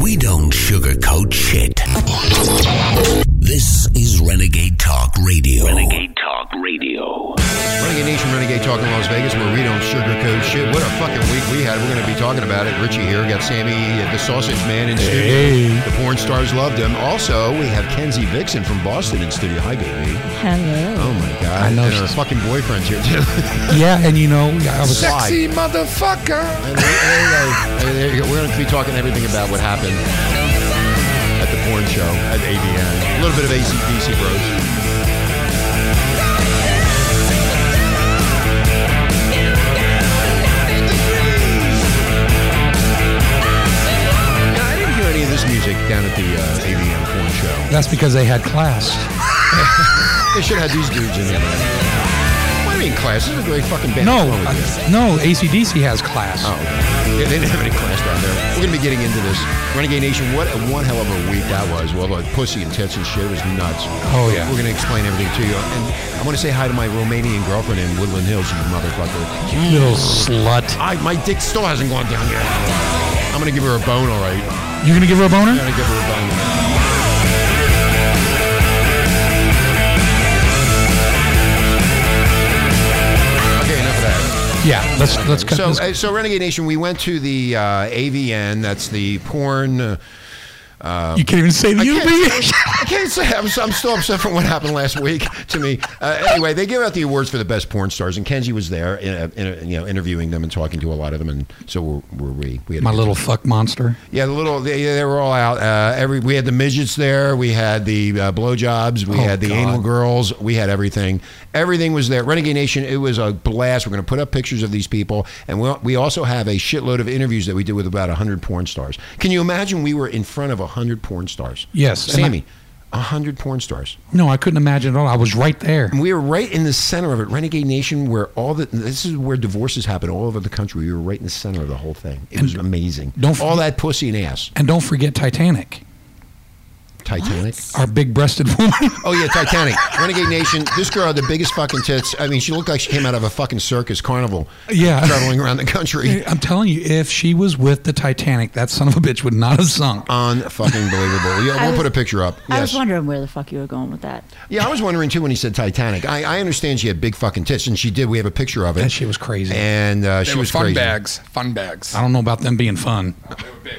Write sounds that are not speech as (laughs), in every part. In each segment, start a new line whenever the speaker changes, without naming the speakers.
We don't sugarcoat shit. This is Renegade Talk Radio.
Renegade Talk Radio.
Renegade Nation, Renegade Talk in Las Vegas, where we don't sugarcoat shit. What a fucking week we had. We're going to be talking about it. Richie here got Sammy, uh, the Sausage Man, in studio. The porn stars loved him. Also, we have Kenzie Vixen from Boston in studio. Hi, baby.
Hello.
Oh my god.
I know
And her
she's-
fucking boyfriend's here too. (laughs)
Yeah, and you know, I was
Sexy
motherfucker.
And there- there you go. And there you go. We're going to be talking everything about what happened at the porn show at ABN. A little bit of ACDC Bros. Now, I didn't hear any of this music down at the uh, ABN porn show.
That's because they had class.
They should have had these dudes in here. What do you mean class? This is a great fucking band.
No,
What's wrong with you?
uh, no, ACDC has class.
Oh, yeah, they didn't have any class down there. We're gonna be getting into this. Renegade Nation, what a one hell of a week that was. Well, like pussy and tits and shit was nuts.
Oh, yeah.
We're gonna explain everything to you. And I want to say hi to my Romanian girlfriend in Woodland Hills, you motherfucker.
You Little slut.
I my dick still hasn't gone down yet. I'm gonna give her a bone, all right.
You gonna give her a boner?
I'm gonna give her a bone. Okay, enough of that.
Yeah. Let's let's cut.
So,
this.
uh, so Renegade Nation, we went to the uh, AVN. That's the porn. Uh,
you can't even say the UB.
I can't say I'm, I'm still upset from what happened last week to me. Uh, anyway, they give out the awards for the best porn stars, and Kenji was there, in a, in a, you know, interviewing them and talking to a lot of them, and so were, were we. we had a
My
good
little fuck monster.
Yeah, the little they, they were all out. Uh, every we had the midgets there. We had the uh, blowjobs. We
Oh,
had the
God.
anal girls. We had everything. Everything was there. Renegade Nation. It was a blast. We're going to put up pictures of these people, and we we also have a shitload of interviews that we did with about hundred porn stars. Can you imagine? We were in front of hundred porn stars.
Yes, and I-
Sammy. A hundred porn stars.
No, I couldn't imagine at all. I was right there.
And we were right in the center of it, Renegade Nation, where all the this is where divorces happen all over the country. We were right in the center of the whole thing. It was amazing.
don't
all
forget-
that pussy and ass.
And don't forget Titanic,
Titanic.
our big-breasted (laughs) woman.
Oh yeah, Titanic, Renegade Nation. This girl had the biggest fucking tits. I mean, she looked like she came out of a fucking circus carnival.
Yeah.
traveling around the country.
I'm telling you, if she was with the Titanic, that son of a bitch would not have sunk.
Unfucking believable. Yeah,
I
we'll
was-
put a picture up.
I
Yes.
was wondering where the fuck you were going with that.
yeah, I was wondering too when he said Titanic. I, I understand she had big fucking tits, and she did. We have a picture of it.
That shit was crazy.
And uh, she
They were
was
fun
crazy.
bags. Fun bags.
I don't know about them being fun.
They were big.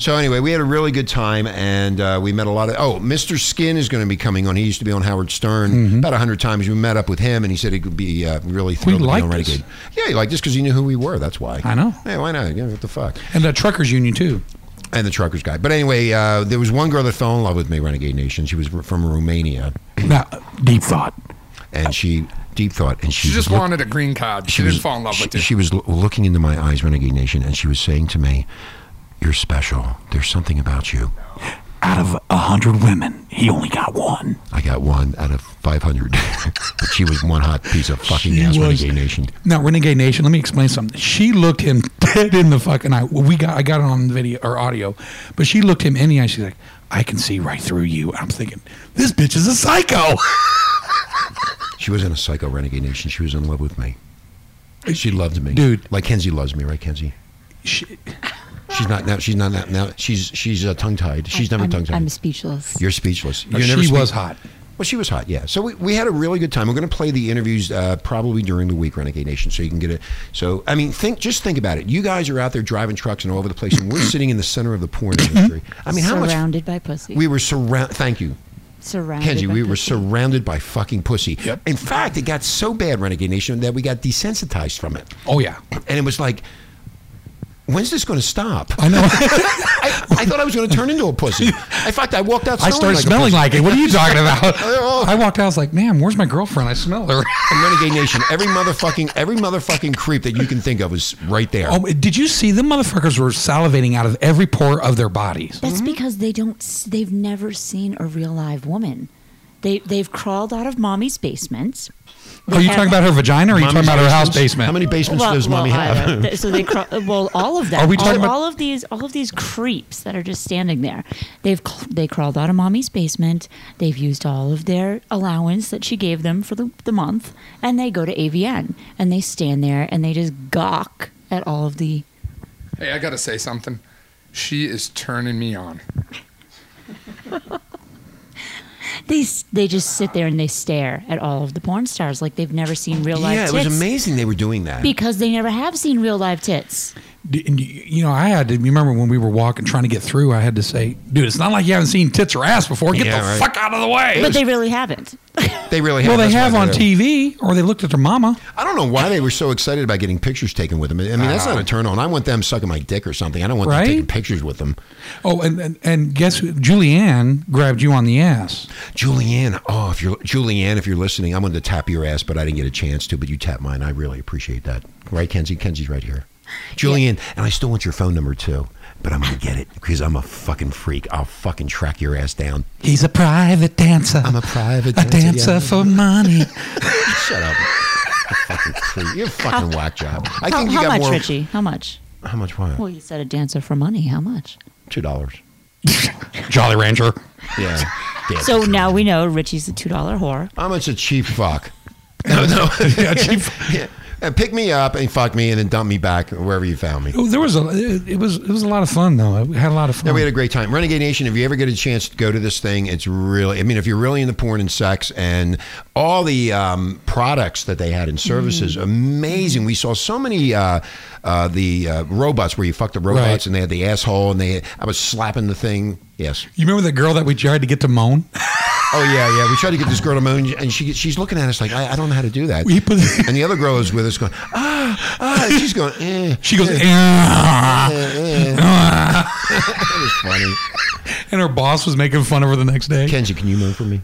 So anyway, we had a really good time, and uh, we met a lot of. Oh, Mr. Skin is going to be coming on. He used to be on Howard Stern
Mm-hmm.
about a hundred times. We met up with him, and he said he could be uh, really thrilled to be
liked
on
us.
Renegade. Yeah, he liked us because he knew who we were. That's why.
I know.
Hey, why not? Yeah, what the fuck?
And the truckers union too.
and the truckers guy. But anyway, uh, there was one girl that fell in love with me, Renegade Nation. She was from Romania,
Now, deep thought.
and she deep thought, and she,
She just
was look-
wanted a green card. She didn't fall in love
she,
with you.
She was lo- looking into my eyes, Renegade Nation, and she was saying to me, "You're special. There's something about you.
Out of a hundred women, he only got one.
I got one out of 500, (laughs) but she was one hot piece of fucking
She
ass,
was-
Renegade Nation.
Now, Renegade Nation, let me explain something. She looked him (laughs) dead in the fucking eye. Well, we got I got it on video or audio, but she looked him in the eye. She's like, "I can see right through you." I'm thinking, this bitch is a psycho.
She wasn't a psycho, Renegade Nation. She was in love with me. She loved me,
Dude.
Like Kenzie loves me, right, Kenzie?
(laughs) She,
She's not now. She's not now. now she's she's uh, tongue tied. She's never
I'm,
tongue tied.
I'm speechless.
You're speechless.
No,
You're never
Uh, she
speak-
was hot.
Well, she was hot, yeah. So we, we had a really good time. We're going to play the interviews uh, probably during the week, Renegade Nation, so you can get it. So I mean, think just think about it. You guys are out there driving trucks and all over the place, and we're sitting in the center of the porn industry. I mean, how much
surrounded by pussy.
we were surrounded. Thank you,
surrounded.
Kenji.
by
We were
pussy.
surrounded by fucking pussy.
Yep.
In fact, it got so bad, Renegade Nation, that we got desensitized from it,
oh yeah,
and it was like. When's this going to stop?
I
(laughs)
know.
I, I thought I was going to turn into a pussy. In fact, I walked out.
I started smelling
like. a pussy.
like it. What are you talking about?
Oh.
(laughs) I walked out. I was like, "Man, where's my girlfriend? I smell her." (laughs)
And Renegade Nation, every motherfucking every motherfucking creep that you can think of is right there.
Oh, did you see the motherfuckers were salivating out of every pore of their bodies?
That's because they don't. s- They've never seen a real live woman. They they've crawled out of mommy's basements.
Are you talking about her vagina? or Are you talking
Mommy's
about her house
basements?
basement?
How many basements does mommy have?
either. Th-
(laughs)
so they crawl. Well, all of them.
Are we talking
all,
about-
all of these? All of these creeps that are just standing there. They've cl- they crawled out of mommy's basement. They've used all of their allowance that she gave them for the, the month, and they go to AVN and they stand there and they just gawk at all of the.
Hey, I gotta say something. She is turning me on.
They s- they just sit there and they stare at all of the porn stars like they've never seen real life
yeah, it
tits.
was amazing they were doing that.
Because they never have seen real live tits.
D- and y- you know, I had to. You remember when we were walking, trying to get through? I had to say, "Dude, it's not like you haven't seen tits or ass before. Get
Yeah,
the
right.
fuck out of the way."
But they really haven't.
they really
well,
have.
they
That's why
have on
there.
TV, or they looked at their mama.
I don't know why they were so excited about getting pictures taken with them. I mean, that's not a turn on. I want them sucking my dick or something. I don't want
Right?
them taking pictures with them.
Oh, and and, and guess who? Julianne grabbed you on the ass.
Julianne, oh, if you're Julianne, if you're listening, I wanted to tap your ass, but I didn't get a chance to. But you tapped mine. I really appreciate that. Right, Kenzie? Kenzie's right here. Julianne, and I still want your phone number too, but I'm gonna get it because I'm a fucking freak. I'll fucking track your ass down.
He's a private dancer.
I'm a private
a
dancer,
dancer
yeah.
for money.
Shut up. (laughs) fucking freak. You're a fucking whack job. I
How,
think you
how
got
much,
more.
Richie? How much?
How much? Why?
Well, you said a dancer for money. How much?
Two dollars.
Jolly
(laughs)
Rancher.
Yeah. Dancer
So
for
now we know Richie's a two dollar whore.
I'm a cheap fuck. (laughs) no, no. (laughs)
Yeah, cheap-
Yeah. And pick me up and fuck me and then dump me back wherever you found me.
(laughs) Oh, there was a. It, it was it was a lot of fun though. We had a lot of fun.
Yeah, we had a great time. Renegade Nation, if you ever get a chance to go to this thing, it's really, I mean, if you're really into porn and sex and all the um, products that they had and services, amazing. We saw so many, uh, uh, the uh, robots where you fuck the robots
Right.
and they had the asshole and they, I was slapping the thing. Yes.
you remember that girl that we tried to get to moan?
Oh, yeah, yeah. We tried to get this girl to moan and she, she's looking at us like, I, I don't know how to do that.
We put.
and the other girl is with us going, ah, ah. and she's going, eh.
She goes,
eh,
"Ah."
eh, eh." (laughs) That was funny.
and her boss was making fun of her the next day.
Kenzie, can you moan for
(coughs)
me?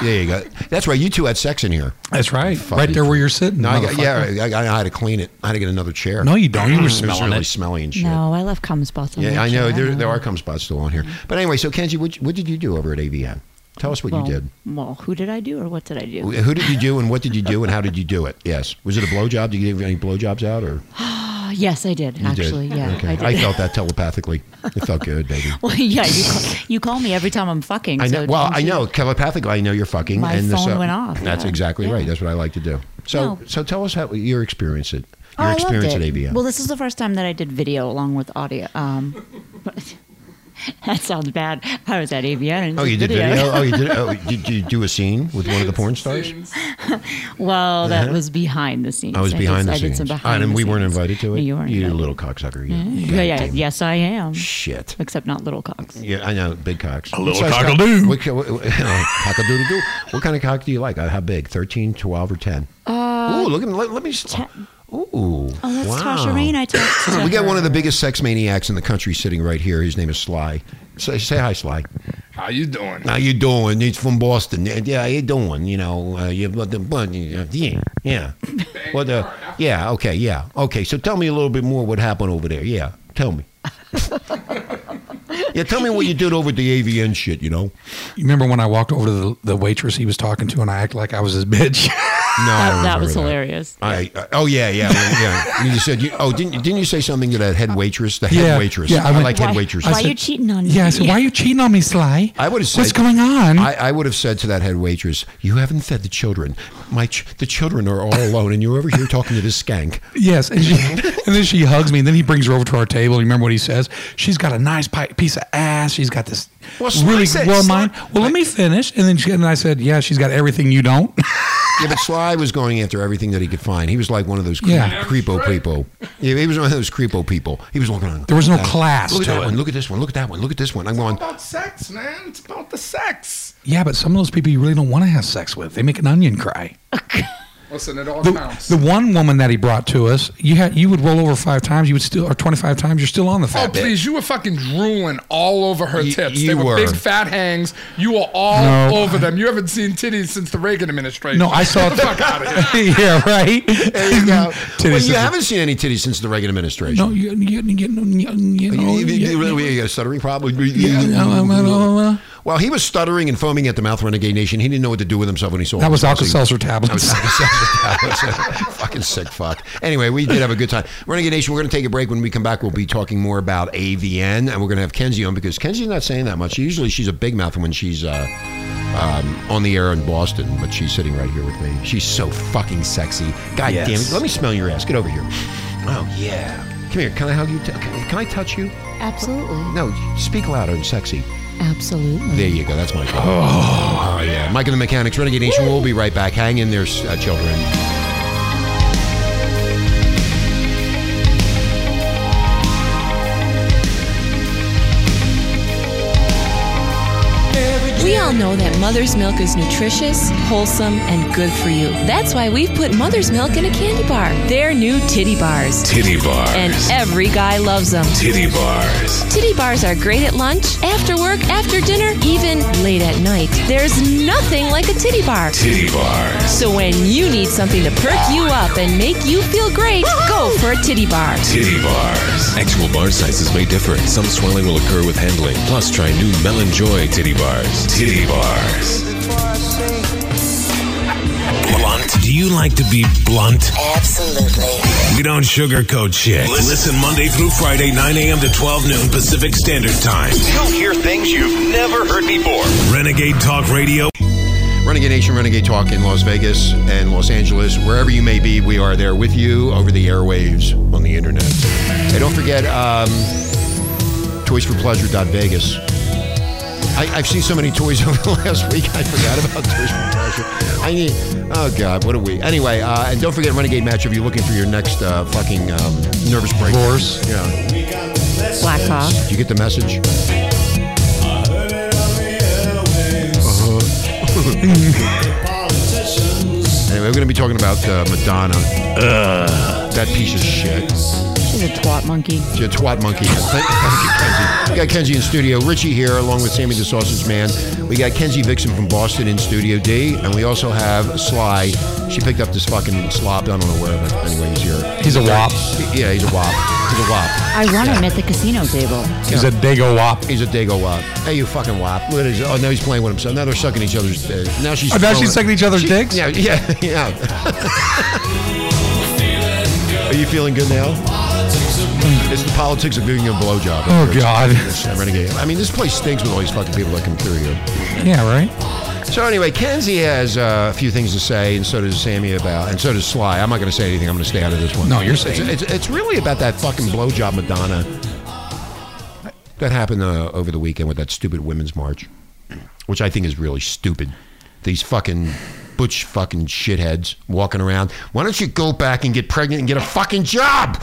there you go. That's right. You two had sex in here.
That's right, right there where you're sitting.
No, I got,
motherfucker.
yeah, I, I, I had to clean it. I had to get another chair.
No, you don't. You were
It was
smelling
really
it.
smelly and shit.
No, I left cum spots on
Yeah,
that
I know.
shit.
There, there are cum spots still on here. But anyway, so Kenzie, what, what did you do over at AVN? Tell us what
well,
you did.
Well, who did I do or what did I do?
Who did you do, and what did you do, and how did you do it? Yes, was it a blowjob? Did you give any blowjobs out, or
Oh, yes, I did.
you
actually,
did?
yeah,
okay.
I did.
felt that telepathically. It felt good, baby.
(laughs) well, yeah, you call, you call me every time (laughs) I'm fucking.
I know.
so
well,
don't
I
you-
know telepathically. I know you're fucking.
My
and the
phone
so-
went off,
That's
yeah.
exactly
Yeah.
right. That's what I like to do. So,
No.
so tell us how your experience at
Oh,
your
I loved
experience
it.
at AVN.
Well, this is the first time that I did video along with audio. Um, (laughs) but- that sounds bad. I was at AVN. And
oh, you did
video.
video. oh, you did. Oh, did you do a scene with one of the porn stars?
(laughs) Well, that was behind the scenes.
Uh-huh. I was
did-
behind the
I
scenes.
did some
Ah,
behind
and
the
we weren't
scenes.
invited to it.
No, you weren't. invited.
little cocksucker. You.
Yeah, yeah,
goddamn
yes, I am.
Shit.
Except not little cocks.
Yeah, I know, big cocks. A
little cockadoo.
What, what, (laughs) what, cock-a-doodle-doo. What kind of cock do you like? Uh, How big? 13, 12, or 10? Uh, Ooh, look at him. Let, let me. s- Ooh. Oh,
Oh, that's Tasha Rain. I talked
(laughs)
to
We got
her.
one of the biggest sex maniacs in the country sitting right here. His name is Sly. Say, say hi, Sly.
How you doing?
How you doing? He's from Boston. Yeah, Yeah, how you doing? You know, uh, you but the but yeah, yeah. What the? Yeah, okay, yeah, okay. So tell me a little bit more what happened over there. Yeah, tell me. yeah, tell me what you did over at the AVN shit. You know?
You remember when I walked over to the, the waitress he was talking to, and I acted like I was his bitch. (laughs)
No, I
That,
don't
that was
remember
hilarious.
I, I- oh yeah yeah well, yeah. You said you oh didn't didn't you say something to that head waitress the head
Yeah,
waitress
yeah, I
I,
went-
like
Why-
head waitresses
Why are you cheating on me?
yeah, I said, "Why are you cheating on me, Sly?
I would've
What's
said-
going on?"
I, I would have said to that head waitress, "You haven't fed the children. My ch- the children are
(laughs)
all alone, and you're over here talking to this skank."
yes,
(laughs)
and, she, (laughs) and then she hugs me, and then he brings her over to our table. You remember what he says? She's got a nice pi- piece of ass. She's got this
Well, Sly
really
said-
well
Sly-
mind. Well, let me finish, and then she, and I said, "Yeah, she's got everything you don't." (laughs)
Yeah, but Sly was going after everything that he could find. He was like one of those cre-
Yeah.
creepo people. Yeah, he was one of those creepo people. He was looking. on-
There was no
uh,
class
Look at
to
that
it.
one. Look at this one. Look at that one. Look at this one. I'm
(laughs)
going.
About sex, man. It's about the sex.
yeah, but some of those people you really don't want to have sex with. They make an
(laughs)
onion cry.
Listen, it all counts.
The one woman that he brought to us, you had you would roll over five times, you would still or twenty five times, you're still on the
Oh
fat bit.
please! You were fucking drooling all over her
You-
tips.
you
they were,
were.
big fat hangs. You were all
No.
over them. You haven't seen titties since the Reagan administration.
No, I saw
(laughs) Get the fuck out of here.
(laughs) yeah, right.
There you go.
Titties
well,
is
you
a-
haven't seen any titties since the Reagan administration.
(laughs) No, you you you no, you you
You-
know,
you-
you-
you really- you got a stuttering problem.
you-
Well, he was stuttering and foaming at the mouth, Renegade Nation. He didn't know what to do with himself when he saw
That
him.
was
So he-
Alka-Seltzer tablets.
(laughs) fucking sick fuck. Anyway, we did have a good time. Renegade Nation, we're going to take a break. When we come back, we'll be talking more about AVN, and we're going to have Kenzie on because Kenzie's not saying that much. Usually she's a big mouth when she's uh, um, on the air in Boston, but she's sitting right here with me. She's so fucking sexy. God damn it. Let me smell your ass. Get over here. Oh, yeah. Come here. Can I hug you? T- can can I touch you?
Absolutely.
No. Speak louder and sexy.
Absolutely.
There you go. That's my call. Oh, yeah. Mike and the Mechanics, Renegade Nation. We'll be right back. Hang in there, s- uh, children.
We all know that mother's milk is nutritious, wholesome, and good for you. That's why we've put mother's milk in a candy bar. They're new titty bars.
Titty bars.
And every guy loves them.
Titty bars.
Titty bars are great at lunch, after work, after dinner, even late at night. There's nothing like a titty bar.
Titty bars.
So when you need something to perk you up and make you feel great, go for a titty bar.
Titty bars. Actual bar sizes may differ. Some swelling will occur with handling. Plus, try new Melon Joy titty bars. Titty bars.
Blunt. Do you like to be blunt? Absolutely. We don't sugarcoat shit.
Listen Monday through Friday, 9 a.m. to 12 noon Pacific Standard Time.
You'll hear things you've never heard before.
Renegade Talk Radio.
Renegade Nation, Renegade Talk in Las Vegas and Los Angeles, wherever you may be, we are there with you over the airwaves on the internet. Hey, don't forget um, toysforpleasure.vegas. I, I've seen so many toys (laughs) over the last week, I forgot about Toys for Pleasure. I need, oh God, what a week. Anyway, uh, and don't forget Renegade Match if you're looking for your next uh, fucking um, nervous break. Divorce. Yeah.
Black Hawk.
Did you get the message? Uh-huh. (laughs) Anyway, we're going to be talking about uh, Madonna. That piece of shit.
She's a twat monkey.
She's a twat monkey. Thank, thank you, Kenzie. We got Kenzie in studio. Richie here, along with Sammy the Sausage Man. We got Kenzie Vixen from Boston in Studio D, and we also have Sly. She picked up this fucking slob. I don't know where, but anyway, he's here.
He's a wop.
Yeah, he's a wop. He's a wop.
I run him at the casino table.
He's a dago wop.
He's a dago wop. Hey, you fucking wop. Look at his. Oh, now he's playing with himself. Now they're sucking each other's. Uh, now she's.
Oh, now
throwing-
she's sucking each other's dicks?
Yeah, yeah, yeah. (laughs) Are you feeling good now? It's the politics of giving you a blowjob.
Oh, God.
It's a renegade. I mean, this place stinks with all these fucking people that come through here.
(laughs) Yeah, right?
So anyway, Kenzie has uh, a few things to say, and so does Sammy about, and so does Sly. I'm not going to say anything. I'm going to stay out of this one.
No, you're
It's,
saying.
it's, it's really about that fucking blowjob Madonna that happened uh, over the weekend with that stupid women's march, which I think is really stupid. These fucking butch fucking shitheads walking around. Why don't you go back and get pregnant and get a fucking job?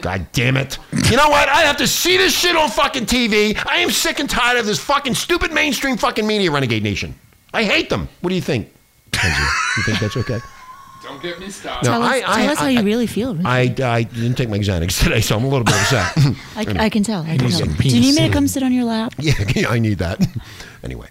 God damn it. You know what? I have to see this shit on fucking TV. I am sick and tired of this fucking stupid mainstream fucking media, Renegade Nation. I hate them. What do you think? Kenzie, you think that's okay?
Don't get me started.
No,
Tell us,
I-
tell
I-
us how
I-
you really feel. Rich.
I, I didn't take my Xanax today, so I'm a little bit upset.
I, I can tell. I can
needs
tell.
some
Do you need me
penicillin.
to come sit on your lap?
(laughs) yeah, I need that. Anyway.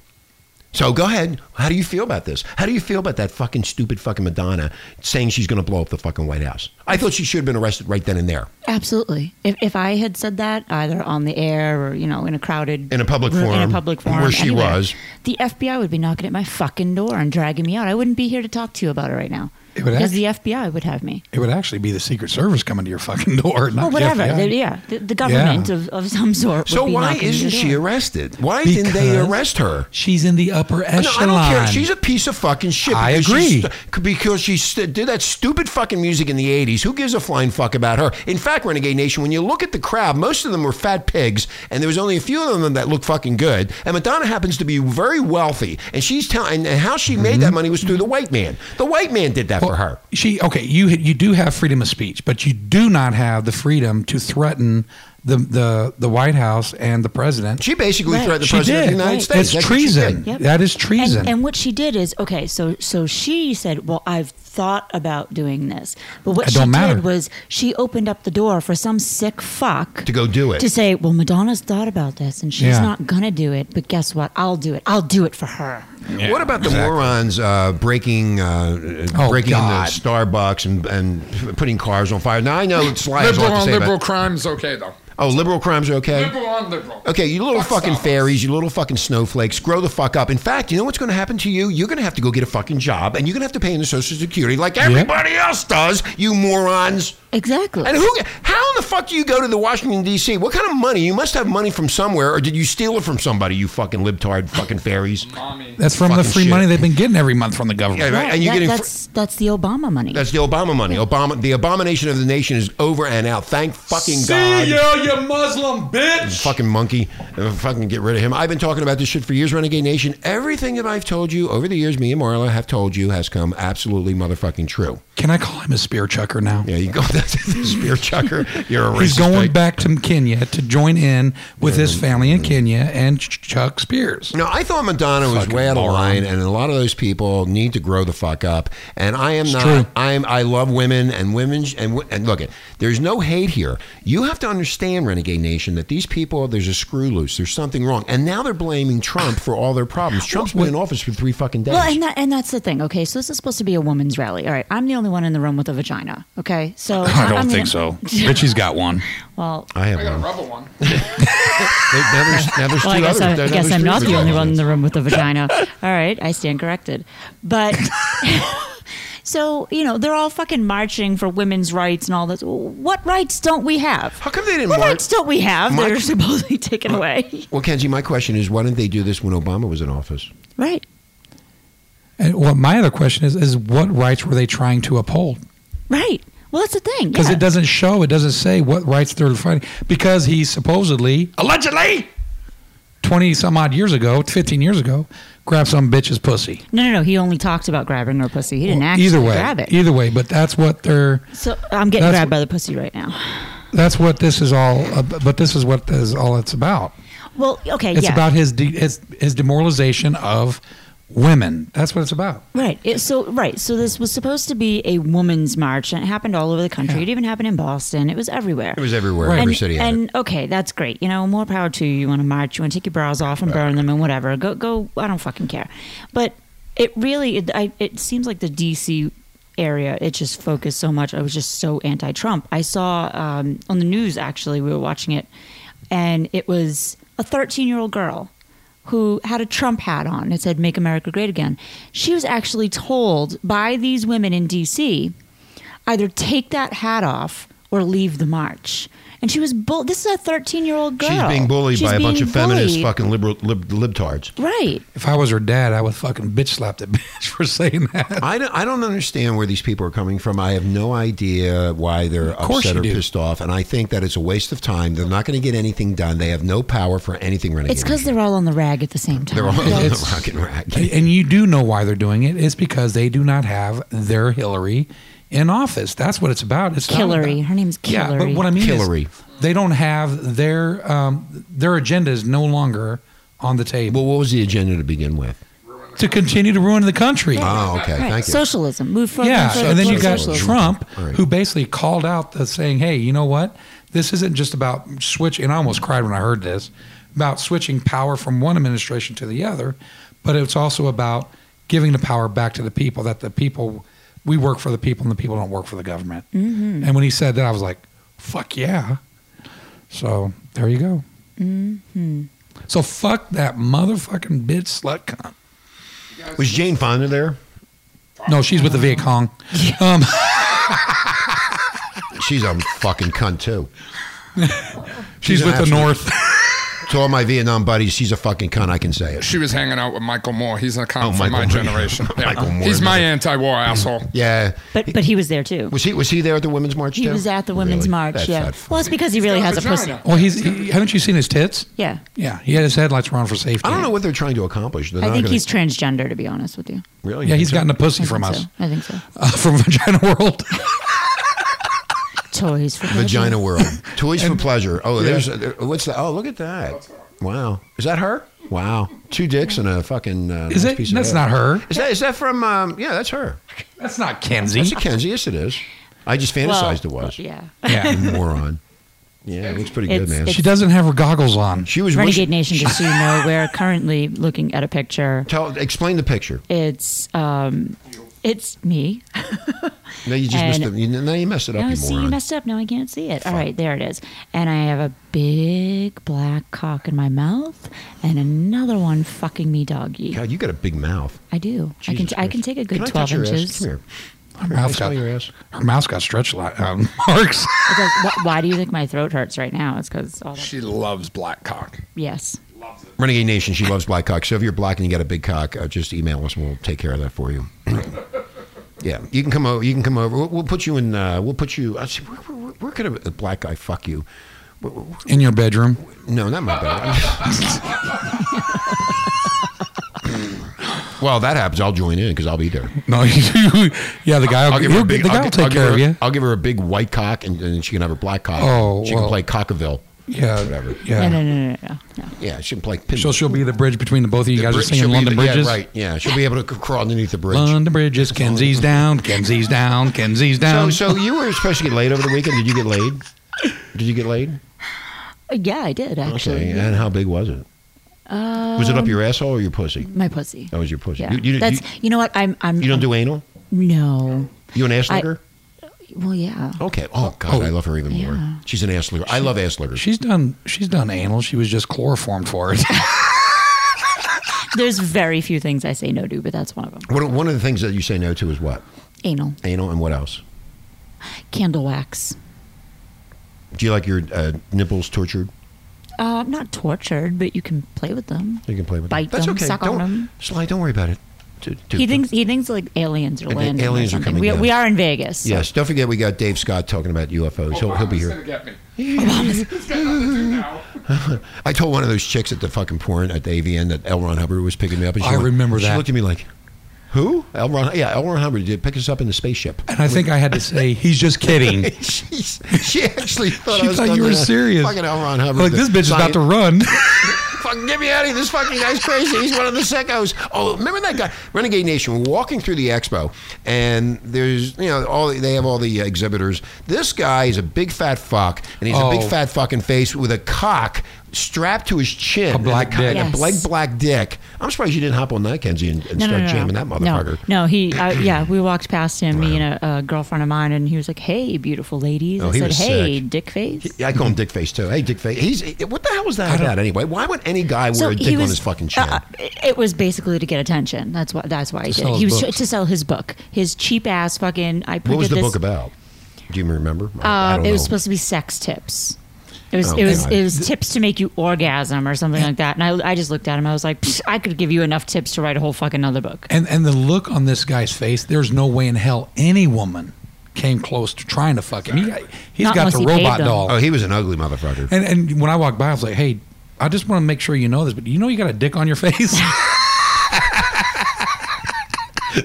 So go ahead. How do you feel about this? How do you feel about that fucking stupid fucking Madonna saying she's going to blow up the fucking White House? I thought she should have been arrested right then and there.
Absolutely. If, if I had said that either on the air or you know in a crowded
In a public
room- in
forum,
a public forum
where she
anywhere,
was.
the FBI would be knocking at my fucking door and dragging me out. I wouldn't be here to talk to you about it right now
It would
because
act-
the FBI would have me.
It would actually be the Secret Service coming to your fucking door. Not
Well,
the
whatever.
FBI.
The- yeah, the, the government Of, of some sort.
So
would be
why
knocking at your
isn't she
door.
arrested? Why didn't they
Because
arrest her?
She's in the upper echelon.
No, I don't care. She's a piece of fucking shit.
I
because she
agree.
st- because she st- did that stupid fucking music in the 80s. Who gives a flying fuck about her? In fact, Renegade Nation, when you look at the crowd, most of them were fat pigs, and there was only a few of them that looked fucking good. And Madonna happens to be very wealthy, and she's telling, and how she made
Mm-hmm.
that money was through the white man. The white man did that for her.
she okay you you do have freedom of speech but you do not have the freedom to threaten the the, the white house and the president
She basically
Right.
threatened the
She
president
did.
of the United
Right.
States.
That's
what she
treason.
did.
Yep.
That is treason.
And, and what she did is okay. So so she said, "Well, I've thought about doing this," but what
It
she
don't matter.
did was she opened up the door for some sick fuck
To go do it.
to say, "Well, Madonna's thought about this and she's
Yeah.
not gonna do it, but guess what? I'll do it. I'll do it for her."
what about the morons uh, breaking uh,
Oh,
breaking in the
God.
Starbucks and, and putting cars on fire? Now I know Sly has a
Liberal
lot to
on
say
liberal
about.
crime's okay though.
Oh, liberal crimes are okay.
Liberal on on liberal.
Okay, you little
Fuck
fucking
Starbucks.
fairies, you little fucking snowflakes, grow the fuck up. In fact, you know what's going to happen to you? You're going to have to go get a fucking job and you're going to have to pay into Social Security like everybody else does, you morons.
Exactly.
And who? How in the fuck do you go to the Washington D.C.? What kind of money? You must have money from somewhere, or did you steal it from somebody? You fucking libtard, fucking fairies.
Mommy.
That's from the
Fucking
free
shit.
money they've been getting every month from the
Yeah,
government.
right. And you're
That-
getting. fr-
that's that's the Obama money.
that's the Obama money. Obama, the abomination of the nation is over and out. Thank fucking God.
you Muslim bitch.
fucking monkey. Uh, Fucking get rid of him. I've been talking about this shit for years, Renegade Nation. Everything that I've told you over the years, me and Marla have told you, has come absolutely motherfucking true.
Can I call him a spear chucker now?
Yeah, you go. (laughs) That's the spear chucker. You're a racist.
He's going
pig.
back to Kenya to join in with his family in Kenya and Ch- Chuck Spears.
No, I thought Madonna was
Fucking
way out of
moron.
line, and a lot of those people need to grow the fuck up. And I am not.
true.
I am. I love women and women. sh- And w- and look, it. There's no hate here. You have to understand, Renegade Nation, that these people. There's a screw loose. There's something wrong. And now they're blaming Trump for all their problems. Trump's been in office for three fucking days.
Well, and that, and that's the thing. Okay, so this is supposed to be a woman's rally. All right, I'm the only one in the room with a vagina. Okay, so
I don't
I'm
think so.
(laughs) gonna-
Richie's got one.
Well,
I have
I got a
one.
rubber one.
They- now
(laughs)
there's, now there's
well, I
two others.
guess, I, I
Now
guess
there's
I'm
three
not the only
vaginas.
one in the room
(laughs)
with a vagina. All right, I stand corrected. But (laughs) so you know, they're all fucking marching for women's rights and all this. What rights don't we have?
How come they didn't
What
march-
rights don't we have
March- Uh,
that are supposedly taken away? (laughs)
Well, Kenzie, my question is, why didn't they do this when Obama was in office?
Right.
And what my other question is is what rights were they trying to uphold?
Right. Well, that's the thing.
Because
yeah.
it doesn't show, it doesn't say what rights they're fighting. Because he supposedly, allegedly, 20 some odd years ago, 15 years ago, grabbed some bitch's pussy.
No, no, no. He only talked about grabbing her pussy. He didn't actually
either way,
grab it.
either way, but that's what they're.
so I'm getting
That's
grabbed
what-
by the pussy right now.
That's what this is all. ab- But this is what this is all it's about.
Well, okay,
It's
yeah,
about his, de- his his demoralization of women. That's what it's about.
right. It, so right, so this was supposed to be a women's march, and it happened all over the country. It even happened in Boston. It was everywhere.
It was everywhere.
Right.
Every
and,
city had it.
and okay, that's great. You know, more power to you. You want to march? You want to take your bras off and burn them and whatever. Go, go. I don't fucking care. But it really, it, I, it seems like the DC area. It just focused so much. I was just so anti-Trump. I saw um, on the news actually. We were watching it, and it was a 13-year-old girl who had a Trump hat on. It said "Make America Great Again." She was actually told by these women in DC either take that hat off or leave the march. And she was bull. This is a 13 year old girl.
She's being bullied
She's
by a bunch
being
of feminist
bullied.
fucking liberal lib, libtards.
Right.
If I was her dad, I would fucking bitch slap that (laughs) bitch for saying that.
I don't, I don't understand where these people are coming from. I have no idea why they're
course
upset
you
or
do.
pissed off, and I think that it's a waste of time. They're not going to get anything done. They have no power for anything. Renegade.
It's because
Nation.
they're all on the rag at the same time.
they're all on the
It's-
rockin' rack.
And you do know why they're doing it. It's because they do not have their Hillary in office. That's what it's about. It's not
Hillary.
about-
Her name's
Yeah,
Hillary.
but what I mean
Hillary.
is they don't have their um, their agenda is no longer on the table
Well, what was the agenda to begin with?
to continue to ruin the country.
Oh, okay.
Right.
Thank you.
Socialism. Move forward.
Yeah,
forward,
and then you've
forward,
got
socialism.
Trump,
All right.
who basically called out the saying, "Hey, you know what? This isn't just about switching." And I almost cried when I heard this about switching power from one administration to the other, but it's also about giving the power back to the people. That the people we work for the people, and the people don't work for the government. And when he said that, I was like, "Fuck yeah!" So there you go. So fuck that motherfucking bitch slut cunt.
Was Jane Fonda there?
No, she's with the Viet Cong. Um,
She's a fucking cunt too.
she's
an
with the
absolute-
North.
To all my Vietnam buddies, she's a fucking cunt. I can say it.
She was hanging out with Michael Moore. He's an
Oh,
accountant from
Michael
my
Moore. (laughs)
generation. Yeah.
Michael Moore,
He's my
another-
anti-war asshole.
Yeah.
But, but he was there too.
Was he was he there at the women's march?
He
too?
was at the Women's
Really?
March.
That's
yeah.
not funny.
Well, it's because he really has a pussy.
Vagina.
Well, he's. He, haven't you seen his tits?
Yeah.
Yeah, he had his headlights were on for safety.
I don't know what they're trying to accomplish. They're
I
not
think
gonna-
he's transgender, to be honest with you.
really.
Yeah, he's
got.
gotten a pussy
I
from
think
us,
So. I think so.
uh, from Vagina
(laughs)
World.
Toys for (laughs)
Vagina World. Toys for pleasure. Oh,
Yeah.
there's there- what's that? Oh, look at that. Wow, is that her? Wow, two dicks and a fucking. Uh,
Is
nice
it?
Piece of
That's
ass.
not her.
Is that? Is that from? Um, yeah, that's her.
That's not
That's
Kenzie.
a Kenzie. Yes, it is. I just fantasized it was.
Yeah.
(laughs) yeah,
Moron. Yeah, it looks pretty good,
It's-
man.
she doesn't have her goggles on.
She was wishing-
Renegade Nation, just so you know, we're currently looking at a picture
Tell, explain the picture.
It's um, it's me.
Now you just messed
And-
up. You, now you messed it up,
No,
you
see, you
moron.
messed up. No, I can't see it. All right, there it is. And I have a big black cock in my mouth, and another one fucking me doggy.
God, you got a big mouth.
I do. I can.
Jesus
I can
Christ.
take a good
Can I touch
twelve
your ass?
inches.
Come here.
Her mouth's
Can I
got
smell your ass.
her mouth's got stretch li- um, (laughs) marks.
It's like, wh- why do you think my throat hurts right now? It's because all that.
She loves black cock.
Yes.
Renegade Nation, she loves black cock. So if you're black and you got a big cock, uh, just email us and we'll take care of that for you. (clears throat) yeah, you can come over. You can come over. We'll, we'll put you in. Uh, we'll put you. I see, where, where, where could a, a black guy fuck you? Where- where- where-
in your bedroom.
No, not my bad. (laughs) well, that happens. I'll join in because I'll be there.
No, (laughs) you, yeah, the guy.
I'll
Will,
give her a
he'll-
big.
Uh, the guy
I'll, gi-
will take
I'll give
care
her,
of you.
I'll give her a big white cock, and, and she can have her black cock.
Oh,
she can
well.
play cockaville.
Yeah,
Whatever.
Yeah.
No, no, no, no, no, no.
Yeah, she can play. Pin-
So she'll be the bridge between the both of you
the
guys are
bri-
singing
she'll be
London
the- yeah,
Bridges.
right? Yeah, she'll be able to c- crawl underneath the bridge.
London Bridges, Kenzie's down, Kenzie's down, Kenzie's
So,
down.
so you were supposed to get laid over the weekend. Did you get laid? Did you get laid?
Uh, Yeah, I did
Okay.
actually.
And how big was it? was it up your asshole or your pussy?
My pussy.
That was your pussy.
Uh, Yeah.
Oh, You, you,
That's.
you,
You, know what? I'm. I'm.
you don't do anal.
No.
You an ass
I-
licker?
Well, yeah.
Okay. Oh God,
Oh.
I love her even more.
Yeah.
She's an ass licker. I love ass lickers.
she's done. She's done anal. She was just chloroformed for it. (laughs)
There's very few things I say no to, but that's one of them.
One, one of the things that you say no to is what?
Anal,
Anal and what else?
candle wax.
Do you like your uh, nipples tortured?
Uh, not tortured, but you can play with them.
You can play with them.
Bite
That's
them,
okay.
suck on
don't,
them.
Sly, don't worry about it. Dude, dude,
he
don't-
thinks he thinks like aliens are
Okay,
landing. or
aliens are
something.
coming
We,
down.
we are in Vegas. so-
Yes. Don't forget, we got Dave Scott talking about UFOs. He'll, he'll be
Obama's
here.
gonna get me.
I told one of those chicks at the fucking porn at the AVN that L. Ron Hubbard was picking me up. And she
I
went-
remember
She
that.
looked at me like, "Who? L. Ron? Yeah, L. Ron Hubbard did pick us up in the
(laughs)
spaceship."
And I think I had to say, (laughs) he's just kidding.
She's, she actually thought
She
I was
thought
done
you were
with that.
serious.
Fucking L. Ron Hubbard.
Like
the
this bitch is
science-
about to run. (laughs)
Fucking get me out of here. This fucking guy's crazy. He's one of the sickos. Oh, remember that guy? Renegade Nation. We're walking through the expo, and there's, you know, all they have all the uh, exhibitors. This guy is a big fat fuck, and he's a big
Oh.
fat fucking face with a cock strapped to his chin.
A black
and co-
dick.
and A
Yes.
black, black dick. I'm surprised you didn't hop on that, Kenzie, and, and
No, no,
start
no, no.
jamming that motherfucker.
No, no he.
(clears throat)
Uh, yeah, we walked past him, me and a, a girlfriend of mine, and he was like, "Hey, beautiful ladies."
Oh,
I
he
said,
was
"Hey,
sick.
dick face."
Yeah, I call him Dick Face too. Hey, Dick Face. He's what the hell was that about anyway? Why would any guy wear a dick on his fucking chin?
uh, it was basically to get attention. That's why. That's why he did.
sell
it.
his
He was
books.
to sell his book, his cheap ass fucking. I
what was
printed
the
this-
book about? Do you remember? I
Um,
don't
it was
know.
supposed to be sex tips. It was
Oh,
it was
God.
it was tips to make you orgasm or something like that. And I, I just looked at him. I was like, "Psh, I could give you enough tips to write a whole fucking other book.
And and the look on this guy's face, there's no way in hell any woman came close to trying to fuck him. He, he's
Not
got
unless
the
he paid
robot
them.
doll.
Oh, he was an ugly motherfucker.
And and when I walked by, I was like, hey, I just want to make sure you know this, but you know you got a dick on your (laughs) face.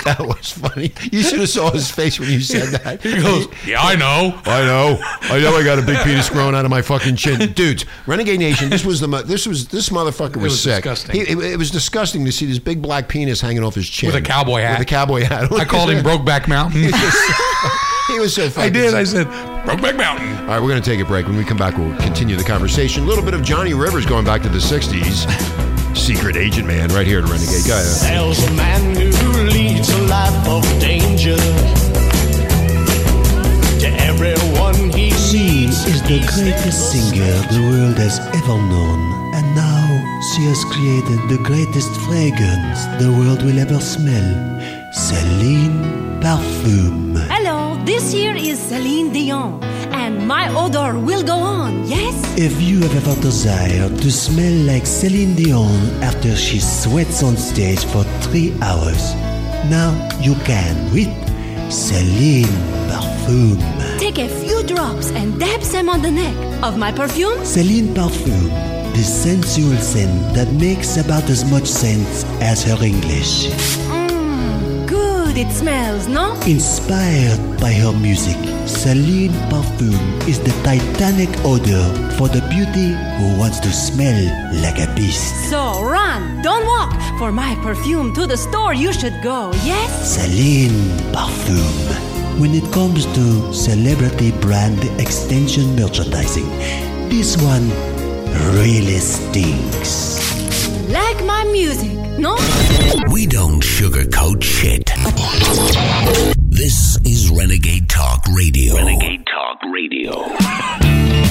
That was funny. You should have saw his face when you
(laughs)
said that. He goes,
yeah, I know.
"I know, I know, I got a big penis growing out of my fucking
(laughs)
chin, dudes." Renegade Nation. This was the mo- this was this motherfucker was,
was
sick.
disgusting.
He- it, it was disgusting to see this big black penis hanging off his chin
With a cowboy hat.
With a cowboy hat.
I called him Brokeback Mountain.
(laughs) He was so. Fucking
(laughs) I did. I
sick.
said, Brokeback Mountain.
All right, we're going to take a break. When we come back, we'll continue the conversation. A little bit of Johnny Rivers going back to the '60s. Secret Agent Man, right here at Renegade Guy.
There's a man who leads a life of danger. To everyone he
She
sees,
is the greatest singer the world has ever known. And now she has created the greatest fragrance the world will ever smell. Celine Parfum.
Hello, this here is Celine Dion, and my odor will go on, yes?
If you have ever desired to smell like Celine Dion after she sweats on stage for three hours, now you can with Celine Parfum.
Take a few drops and dab them on the neck of my perfume.
Celine Parfum, the sensual scent that makes about as much sense as her English.
Mmm, good it smells, no?
Inspired by her music, Celine Parfum is the titanic odor for the beauty who wants to smell like a beast.
So run, don't walk. For my perfume to the store, you should go, yes?
Celine Parfum. When it comes to celebrity brand extension merchandising, this one really stinks.
Like my music, No?
We don't sugarcoat shit. This is Renegade Talk Radio. Renegade Talk Radio.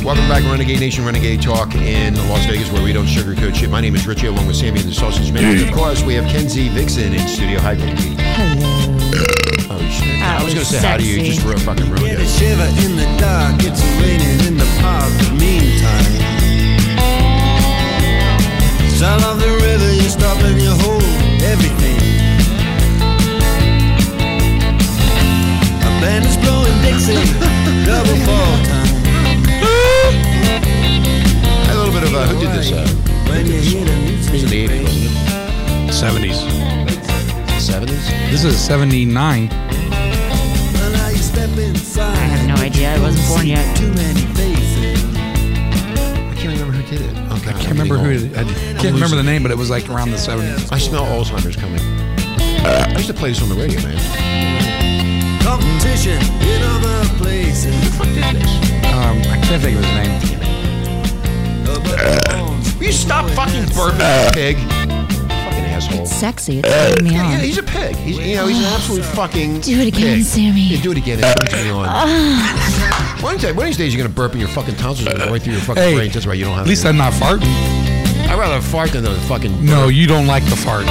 Welcome back, Renegade Nation, Renegade Talk in Las Vegas, where we don't sugarcoat shit. My name is Richie, along with Sammy and the Sausage Man. And of course, we have Kenzie Vixen in studio. Hi, Kenzie. Hello. Oh, shit.
That
I was going
was
to say hi to you,
sexy.
you just real fucking ruined
Get a
it.
shiver in the dark, it's raining in the park, but meantime. Sound of the river, you stop and you hold everything. A band is blowing Dixie, (laughs) double fall time.
A little bit of a, who did this? Uh,
When you hear the
it was in the 80s, wasn't it?
70s.
70s?
This is 79.
Well, now you step inside. I
have no idea. I wasn't born yet.
Too many faces.
I can't remember who did it. Oh, God,
I can't remember who it, I can't remember the name, but it was like around the 70s.
I smell Alzheimer's coming. I used to play this on the radio, man.
Competition in other places.
Um, I can't think of his name.
Will you stop fucking burping, pig? Fucking asshole.
Sexy. It's turning me
Yeah,
on.
he's a pig. He's, you know, he's an absolute fucking.
Do it again,
pig.
Sammy. Ah.
Yeah, do it again. It turns me on. One day, one of these days, you're gonna burp and your fucking tonsils are gonna go right through your fucking
Hey,
brain. That's right. You don't have.
At least I'm
any.
not farting.
I'd rather fart than the fucking.
No, you don't like the farts.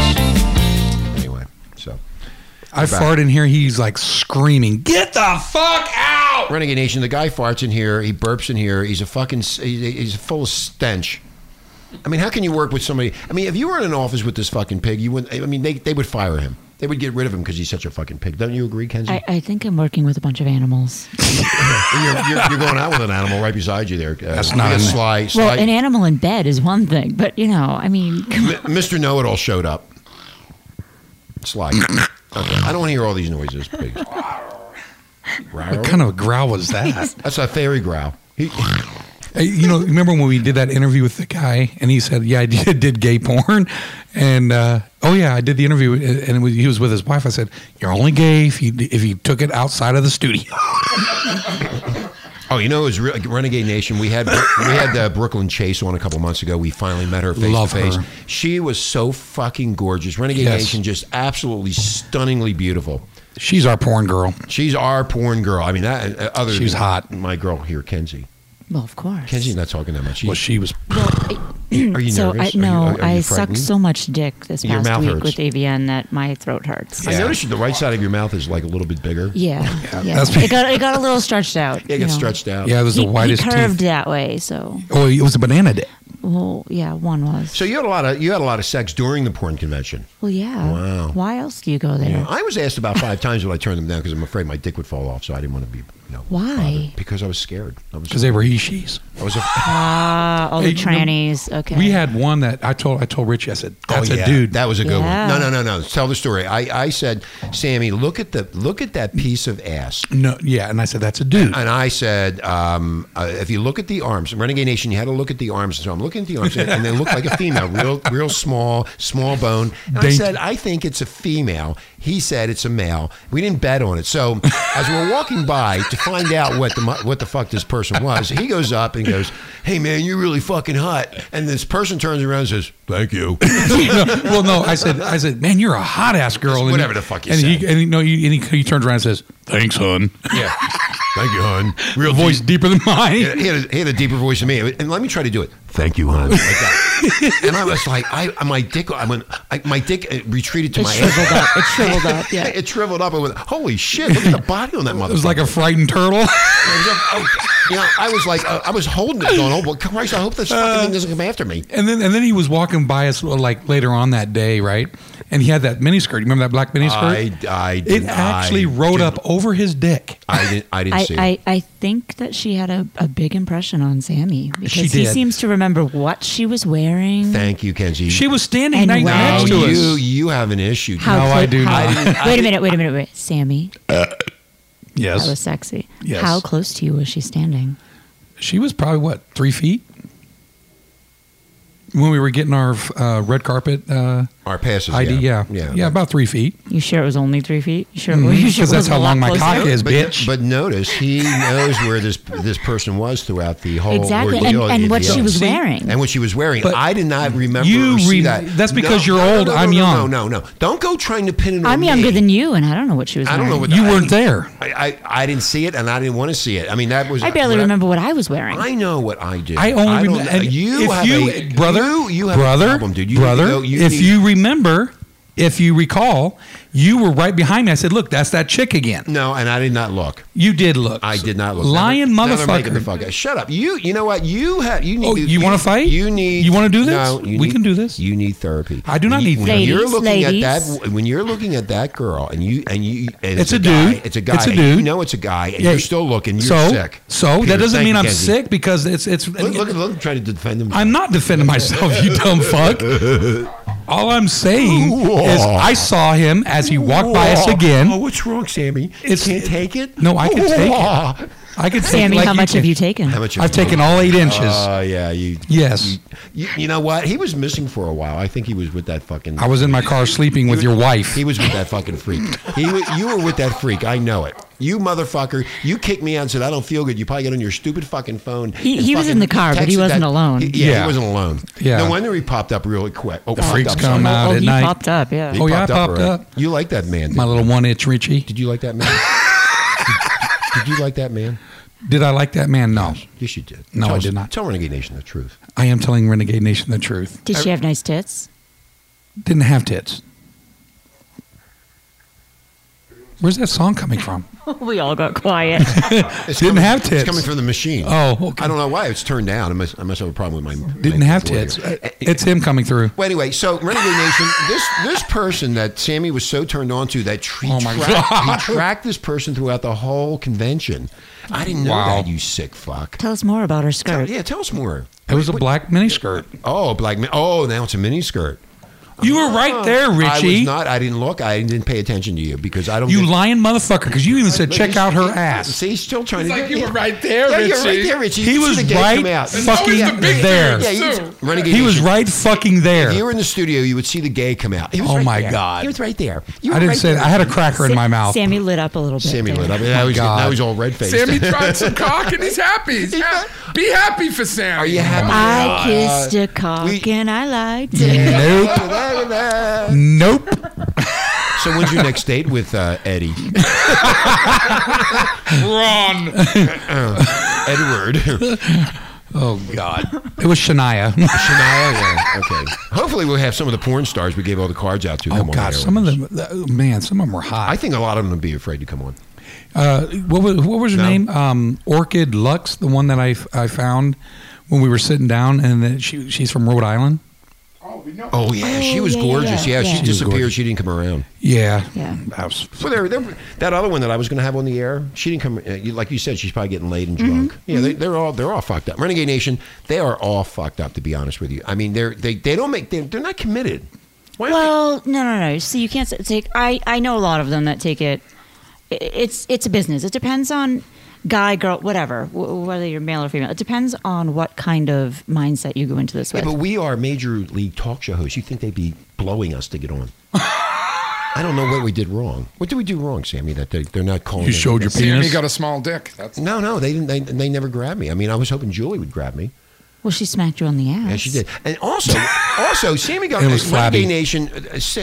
Anyway, so
I
Back.
fart in here. He's like screaming.
Get the fuck out!
Renegade Nation. The guy farts in here. He burps in here. He's a fucking. s- he- He's full of stench. I mean, how can you work with somebody? I mean, if you were in an office with this fucking pig, you wouldn't. I mean, they, they would fire him. They would get rid of him because he's such a fucking pig. Don't you agree, Kenzie?
I, I think I'm working with a bunch of animals.
you're, you're, you're going out with an animal right beside you there. Uh,
That's
we
not
got
an-
sly. sly
Well, an animal in bed is one thing, but you know, I mean, come on.
M- Mr. Know It All showed up. Sly. Okay. I don't want to hear all these noises. Please.
What kind of a growl was
(laughs)
that?
That's a fairy growl. He,
Hey, you know, remember when we did that interview with the guy and he said, "Yeah, I (laughs) did, did gay porn," and uh, oh yeah, I did the interview and it was, he was with his wife. I said, "You're only gay if you if you took it outside of the studio." (laughs)
oh, you know, it was re- Renegade Nation. We had we had uh, Brooklyn Chase on a couple months ago. We finally met her face
Love
to face.
her.
She was so fucking gorgeous. Renegade
Yes.
Nation, just absolutely stunningly beautiful.
She's our porn girl.
She's our porn girl. I mean, that uh, other
She's
than
hot.
My girl here, Kenzie.
Well, of course.
Kenzie's not talking that much. She-
Well, she was.
are you
so
nervous?
I
Are you-
no,
are- are
I
you
sucked
frightened?
so much dick this
Your
past
mouth
week
hurts.
with AVN that my throat hurts.
I noticed the right side of your mouth is like a little bit bigger. (laughs)
Yeah, yeah.
that's-
it got it got a little stretched out.
Yeah, it
you
gets
know.
stretched out.
Yeah, it was
He,
the whitest
he curved
teeth.
that way, so
Oh, it was a banana dick.
well, yeah, one was.
So you had a lot of you had a lot of sex during the porn convention.
Well, yeah.
Wow.
Why else do you go there?
I was asked about
(laughs)
five times, but I turned them down because I'm afraid my dick would fall off. So I didn't want to be. You know,
Why?
bothered. because I was scared. I was.
because they were he she's.
I
(laughs)
was. A, oh,
Ah, all
Hey,
the
no,
trannies. Okay.
We had one that I told I told Richie. I said, "That's
Oh,
a
yeah.
dude."
That was a good
Yeah.
one. No, no, no, no. Tell the story. I, I said, Sammy, look at the look at that piece of ass.
no, yeah, and I said, "That's a dude." (laughs)
And I said, um, uh, if you look at the arms, Renegade Nation, you had to look at the arms. So I'm looking at the arms, and, and they look like a female, real, real small, small bone. And I
Dainty.
said, I think it's a female. He said it's a male. We didn't bet on it. So as we're walking by to find out what the mu- what the fuck this person was, he goes up and goes, "Hey man, you're really fucking hot." And this person turns around and says, "Thank you."
No, well, no, I said, I said, "Man, you're a hot ass girl." And
Whatever
he-
the fuck you
and He,
said.
and he, no, he, and he, he turns around and says, "Thanks, hun."
yeah. Thank you, hon.
Real voice deeper than mine.
he had, a, he had a deeper voice than me. And let me try to do it. Thank you, hon. Like that. and I was like, I my dick, I went, I, my dick uh, retreated to
it
my ass.
shriveled up.
(laughs)
(laughs) It shriveled up. Yeah.
It shriveled up. I went, holy shit! Look at the body on that motherfucker.
It was
(laughs)
like a frightened turtle. (laughs)
It was a- oh, you know, I was like, uh, I was holding it, going, oh, well, Christ, I hope this fucking thing doesn't come after me.
and then and then he was walking by us like later on that day, right? And he had that miniskirt. You remember that black
I,
miniskirt?
I,
it
didn't-
actually
I
rode
didn't-
up over his dick.
I didn't, I didn't
I,
see
I,
it.
I think that she had a, a big impression on Sammy because
She
he
did.
seems to remember what she was wearing.
Thank you, Kenzie.
She was standing
And
right
where-
next to
no,
us.
you, you have an issue.
how
No, I
clo-
do
how-
not.
(laughs) wait a minute, wait a minute, wait. Sammy,
yes,
that was sexy.
Yes.
How close to you was she standing?
she was probably what three feet. when we were getting our uh, red carpet uh,
our passes
ID, yeah.
yeah,
yeah, about three feet.
You sure it was only three feet? You sure?
Mhm,
well, you sure
'cause
it
that's
wasn't
how
a
long
lot
my cock
closer?
is,
but,
bitch.
But notice he knows where this this person was throughout the whole
Exactly, and-
ordeal,
and
the-
what
the-
she was
Oh, See?
wearing.
and what she was wearing.
But
I did not remember.
you
or see
re-
that.
that's because
No, no,
you're
no,
old,
No, no,
I'm
no,
young.
No, no, no. Don't go trying to pin it.
I'm
on
younger
me.
than you, and I don't know what she was
I
wearing.
don't know what
You
I-
weren't there.
I, I I didn't see it, and I didn't want to see it. I mean, that was.
I barely
what
remember what I was wearing.
I know what I do.
I only
don't
remember.
know. You
if
have
you,
a,
brother,
You, you have
brother,
a problem, dude. You need to
brother,
go- need-
if you remember, if you recall, you were right behind me. I said, "Look, that's that chick again."
No, and I did not look.
You did look.
I did not look.
Lion
Now they're- now they're making
motherfucker.
the fuck up. Shut up. You. You know what? You have. You need.
Oh,
to,
you wanna fight?
You need.
You wanna do this?
No, you
We
need-
can do this.
You need therapy.
I do not
When
need
when
therapy.
You're
Ladies,
looking at
ladies.
that. When you're looking at that girl, and you and you. And it's,
It's a
guy,
dude.
It's a guy.
It's a
and
dude.
You know it's a guy, and
Yeah.
you're still looking. You're
so,
sick.
So
Peter,
that doesn't
thank
mean
you,
I'm
Kenzie.
sick because it's it's.
Look, look, look, I'm trying to defend him.
I'm not defending myself, you dumb fuck. All I'm saying is I saw him as he walked by us
Oh,
again.
what's wrong, Sammy?
It's-
you can't take it.
No, I can take it.
it.
I could take it
Sammy,
like
how much have
can.
you taken?
How much?
I've taken all eight inches.
Oh yeah, you.
Yes.
You, you know what? He was missing for a while. I think he was with that fucking.
I was in my car sleeping with your wife.
He was with that fucking freak. He, wa- you were with that freak. I know it. You motherfucker. You kicked me out and said I don't feel good. You probably got on your stupid fucking phone.
He-
and
he was
fucking
in the car, but he
texted
wasn't
that-
alone.
He- yeah,
Yeah.
he wasn't alone.
Yeah.
No wonder he popped up really quick. Oh,
The
popped
freaks
up,
come
sorry.
out
oh,
at
he
night.
popped up, yeah.
He
Oh, yeah, I popped
already.
up.
You like that man?
My
didn't
little one inch Richie.
Did you like that man? (laughs) did, did you like that man?
Did I like that man? No.
Yes, you did.
No,
tell
I
us-
did not.
Tell Renegade Nation the truth.
I am telling Renegade Nation the truth.
Did she have nice tits?
(laughs)
Didn't have tits. Where's that song coming from?
we all got quiet.
It's
Didn't
coming-
have tits.
It's coming from the machine.
Oh, okay.
I don't know why it's turned down. I must, I must have a problem with my.
Didn't
my
have
computer.
tits. It's him coming through.
Well, anyway, so Renegade Nation, this this person that Sammy was so turned on to that he,
Oh, my
tracked,
God.
he tracked this person throughout the whole convention. I didn't know
Wow.
that, you sick fuck.
(laughs) Tell us more about her skirt.
yeah, tell us more.
It was a black miniskirt.
Oh, black. mi- Oh, now it's a mini skirt.
You were right there,
I was
Richie.
not. I didn't look. I didn't pay attention to you because I don't.
You
get-
lying motherfucker, because you even said,
Look,
check
he's-
out her
he-
ass.
See, he's still trying to.
like
do-
you were right there,
yeah, You're right
Richie.
there, Richie.
He
You
was
should've gave
right
him out. Oh,
And fucking
always the big
there.
things,
Yeah, you-
too.
Renegade
He was
Nation.
right fucking there.
If you were in the studio, you would see the gay come out. He was
Oh,
right
my
there.
God.
He was right there. You
I
were
didn't
right
say
there.
that. I had a cracker in
Sa-
my mouth.
Sammy lit up a little bit.
Sammy
there.
lit up. Now he's,
Oh God.
now he's all red faced. (laughs)
Sammy tried some cock and he's happy. He's ha- be happy for Sammy.
Are you happy?
I kissed a cock
we-
and I lied. to-
Nope. Nope.
so when's your next date with uh,
(laughs)
Eddie?
Ron.
Edward. (laughs) Shania.
Oh, God. It was Shania.
yeah, Okay. Hopefully we'll have some of the porn stars we gave all the cards out to.
Oh,
come on
God.
air
Some
with
of
us.
them, uh, man, some of them were
I
hot.
think a lot of them would be afraid to come on.
Uh, what, was, what was her
No.
name? Um, Orchid Lux, the one that I, I found when we were sitting down, and that she, she's from Rhode Island.
Oh yeah, she was
yeah, yeah,
gorgeous. Yeah,
yeah, yeah.
she
She was
disappeared.
gorgeous.
She didn't come around.
Yeah.
Yeah.
That was-
So there, there- that other one that I was going to have on the air, she didn't come. Uh, you- like you said, she's probably getting laid and drunk. Yeah, they, they're all they're all fucked up. Renegade Nation, they are all fucked up. To be honest with you, I mean, they're they, they don't make they, they're not committed. Why don't
Well, no, no, no. See, you can't s- take. I I know a lot of them that take it. i- It's it's a business. It depends on guy, girl, whatever, wh- whether you're male or female. It depends on what kind of mindset you go into this
they-
with.
yeah, but we are major league talk show hosts. You think they'd be blowing us to get on? I don't know what we did wrong. What did we do wrong, Sammy? That they, they're not calling.
You
it-
showed your
Sammy
penis.
got a small dick. That's
No, no, they didn't. They, they never grabbed me. I mean, I was hoping Julie would grab me.
well, she smacked you on the ass.
Yeah, she did. And
(laughs)
also, also, Sammy got
It was flabby.
Renegade Nation. uh, Sa-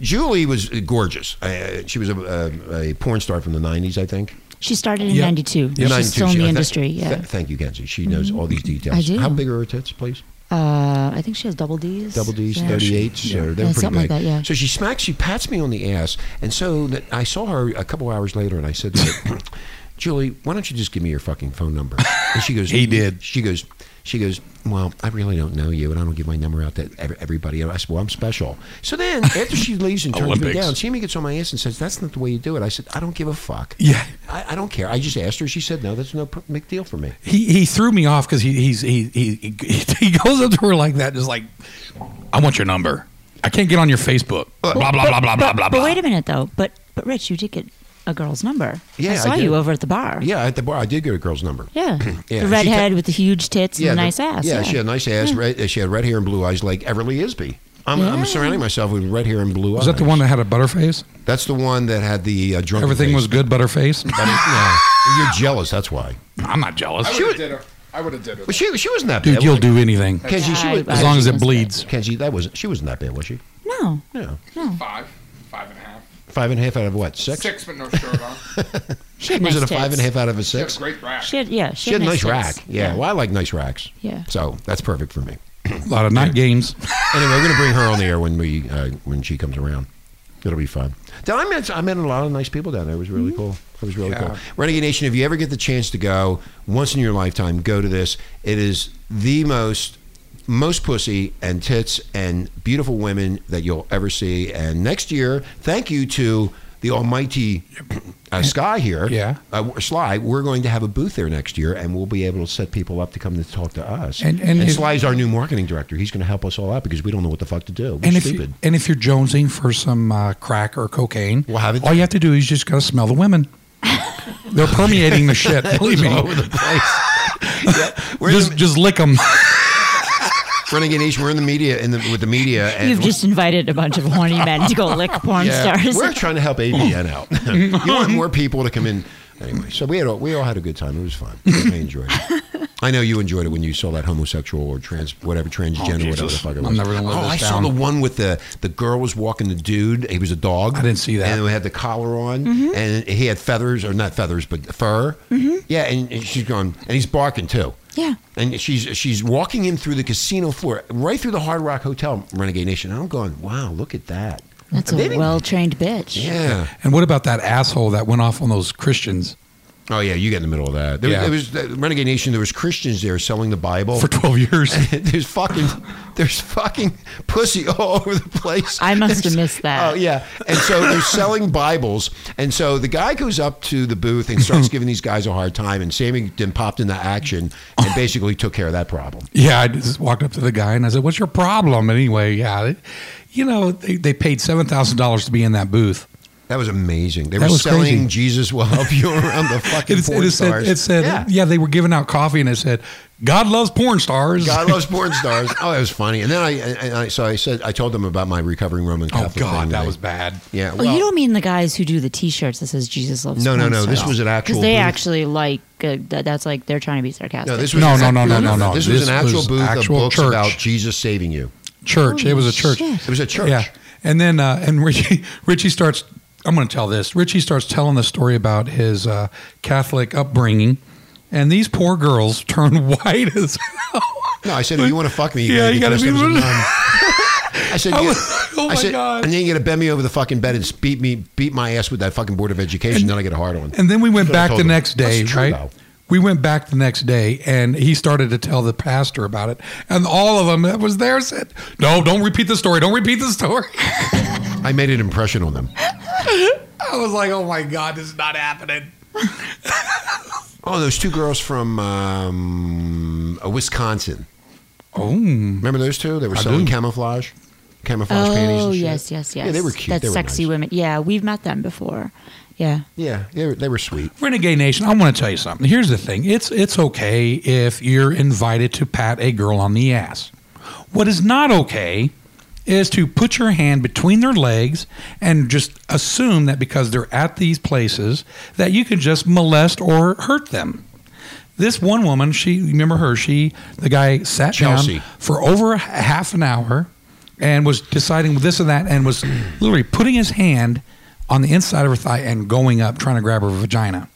Julie was gorgeous. Uh, she was a, a, a porn star from the '90s, I think.
She started in
Yeah.
'92. She's
92,
still in
she-
the
I thank-
industry. Yeah. Mm-hmm.
th- thank you, Kenzie. She knows all these details.
I do.
How big are her tits, please?
uh, I think she has double D's.
Double D's,
Yeah.
thirty eights.
Yeah.
They're
Yeah,
pretty
something like
big.
that, yeah.
So she smacks. She pats me on the ass, and so that I saw her a couple hours later, and I said, to her, (coughs) "Julie, why don't you just give me your fucking phone number?" And she goes,
He did.
She goes, she goes. Well, I really don't know you, and I don't give my number out to ev- everybody. And I said, "Well, I'm special." So
(laughs)
then, after she leaves and turns me
Olympics.
down, Sammy gets on my ass and says, "That's not the way you do it." I said, "I don't give a fuck.
Yeah.
I, I don't care. I just asked her. She said no. That's no pr- big deal for me."
he he threw me off because he he's he, he he (laughs) goes up to her like that, just like, I want your number. I can't get on your Facebook. Blah blah blah blah blah blah
But
blah.
wait a minute, though. But but Rich, you did get a girl's number.
Yeah,
I
I
saw
did.
you over at the bar.
Yeah, at the bar, I did get a girl's number. (clears throat) Yeah,
Yeah, the
she
redhead
kept-
with the huge tits and the nice ass.
Yeah, she had a nice ass. Red, she had red hair and blue eyes, like Everly Isby. I'm, I'm surrounding myself with red hair and blue
Was
eyes.
that the one that had a butterface?
That's the one that had the uh, drunken.
Everything
face.
was good, butterface.
But it- yeah. You're jealous. That's why.
(laughs) I'm not jealous.
I would have did her. I would have did her.
Well, she she wasn't that bad.
Dude, you'll
was
do anything.
she? Kenji, she
I-
was,
I- As long as it
bleeds.
Kenji, that wasn't. She wasn't that bad, was she?
No,
No.
no.
Five, five and a half.
Five and a half out of what? Six.
Six, but no shirt on.
She had
was
nice
it a five and
tits.
a half out of a
She had a
six?
great rack.
She had yeah. She,
She had a nice
nice
rack.
tits.
Yeah. Well, I like nice racks.
Yeah.
So that's perfect for me.
A lot of night games.
Anyway, we're gonna bring her on the air when we uh, when she comes around. It'll be fun. Then I met I met a lot of nice people down there. It was really
Hmm.
cool. It was really cool. Renegade Nation, if you ever get the chance to go once in your lifetime, go to this. It is the most most pussy and tits and beautiful women that you'll ever see. And next year, thank you to the almighty uh, Sky here,
Yeah.
uh, Sly, we're going to have a booth there next year, and we'll be able to set people up to come to talk to us.
And- and if-
Sly's our new marketing director. He's going to help us all out because we don't know what the fuck to do. We're
And if,
stupid.
you, and if you're jonesing for some uh, crack or cocaine,
We'll have it.
all you have to do is just gotta smell
(laughs)
the women. They're permeating the shit. Believe
All
me.
over the
(laughs)
place. yeah, we're in
Just,
the,
just lick them.
Renegade Nation. We're in the media in the, with the media. And
You've just invited a bunch of
(laughs)
horny men to go lick porn
Yeah,
stars.
We're trying to help ABN out. (laughs) you want more people to come in. Anyway, so we had all, we all had a good time. It was fun. I enjoyed it. (laughs) I know you enjoyed it when you saw that homosexual or trans whatever transgender whatever the
Oh, Jesus.
fuck it
I'm
was.
never gonna live
oh,
this
I saw
down.
the one with the the girl was walking the dude. He was a dog.
I didn't see that.
And we had the collar on, and he had feathers or not feathers but fur. Yeah, and, and she's going, and he's barking too.
(laughs) Yeah.
And she's she's walking in through the casino floor, right through the Hard Rock Hotel, Renegade Nation. And I'm going, wow, look at that.
That's a
They didn't-
well trained bitch.
Yeah.
And what about that asshole that went off on those Christians
Oh yeah, you get in the middle of that. There,
Yeah.
there was uh, Renegade Nation. There was Christians there selling the Bible.
(laughs) for 12 years?
(laughs) there's fucking, there's fucking pussy (laughs) all over the place.
I
(laughs)
must have
There's-
missed that.
Oh yeah, and so they're selling Bibles, and so the guy goes up to the booth and (laughs) starts giving these guys a hard time, and Sammy then popped into action and basically took care of that problem.
Yeah, I just walked up to the guy and I said, "What's your problem?" Anyway, yeah, they- you know, they, they paid seven thousand dollars to be in that booth.
That was amazing. They
That
were
was
selling
crazy.
Jesus will help you around
(laughs)
the fucking
It, it,
porn
said,
stars.
it said, yeah. they were giving out coffee and it said, "God loves porn stars."
God loves porn stars. Oh, that was funny. And then I, and I, so I said, I told them about my recovering Roman
oh
Catholic.
God,
thing
that
I-
was bad.
Yeah.
Well, Oh, you don't mean the guys who do the T-shirts that says Jesus loves.
Oh, No, no,
porn
no, this
stars.
was an actual
'Cause they
booth.
actually like uh, that, that's like they're trying to be sarcastic.
No, this was
No,
an
no, no,
act-
no, no, no.
This, was
This
an actual
was
booth
actual
of books
church.
about Jesus saving you.
Church. it was a church.
shit.
It was a church.
Yeah, and then uh, and (laughs) Richie Richie starts. I'm going to tell this. Richie starts telling the story about his uh, Catholic upbringing, and these poor girls (laughs) turn white as hell.
No, I said, if you want to fuck me, you
Yeah,
gotta
you
get
gotta
dressed
be
up as a
really- (laughs)
nun. I said,
I
yeah.
was- oh
I
my
said,
God.
and then you got to bend me over the fucking bed and beat me, beat my ass with that fucking board of education. then I get a hard on.
And then we went
That's what I
back
told
the
him.
next day,
That's true,
right?
though.
We went back the next day, and he started to tell the pastor about it, and all of them that was there said, "No, don't repeat the story. Don't repeat the story." (laughs)
I made an impression on them.
I was like, "Oh my god, this is not happening."
Oh, those two girls from um, uh, Wisconsin.
Oh,
Remember those two? They were
I
selling
do.
camouflage, camouflage panties.
Oh
and shit.
yes, yes, yes.
Yeah, they were cute.
That's
They were
sexy
nice.
women. Yeah, we've met them before. Yeah.
Yeah, they were, they were sweet.
Renegade Nation, I want to tell you something. Here's the thing: it's it's okay if you're invited to pat a girl on the ass. What is not okay is to put your hand between their legs and just assume that because they're at these places that you can just molest or hurt them. This one woman, she remember her. She the guy sat
Chelsea.
down for over a h- half an hour and was deciding this and that and was literally putting his hand on the inside of her thigh and going up trying to grab her vagina.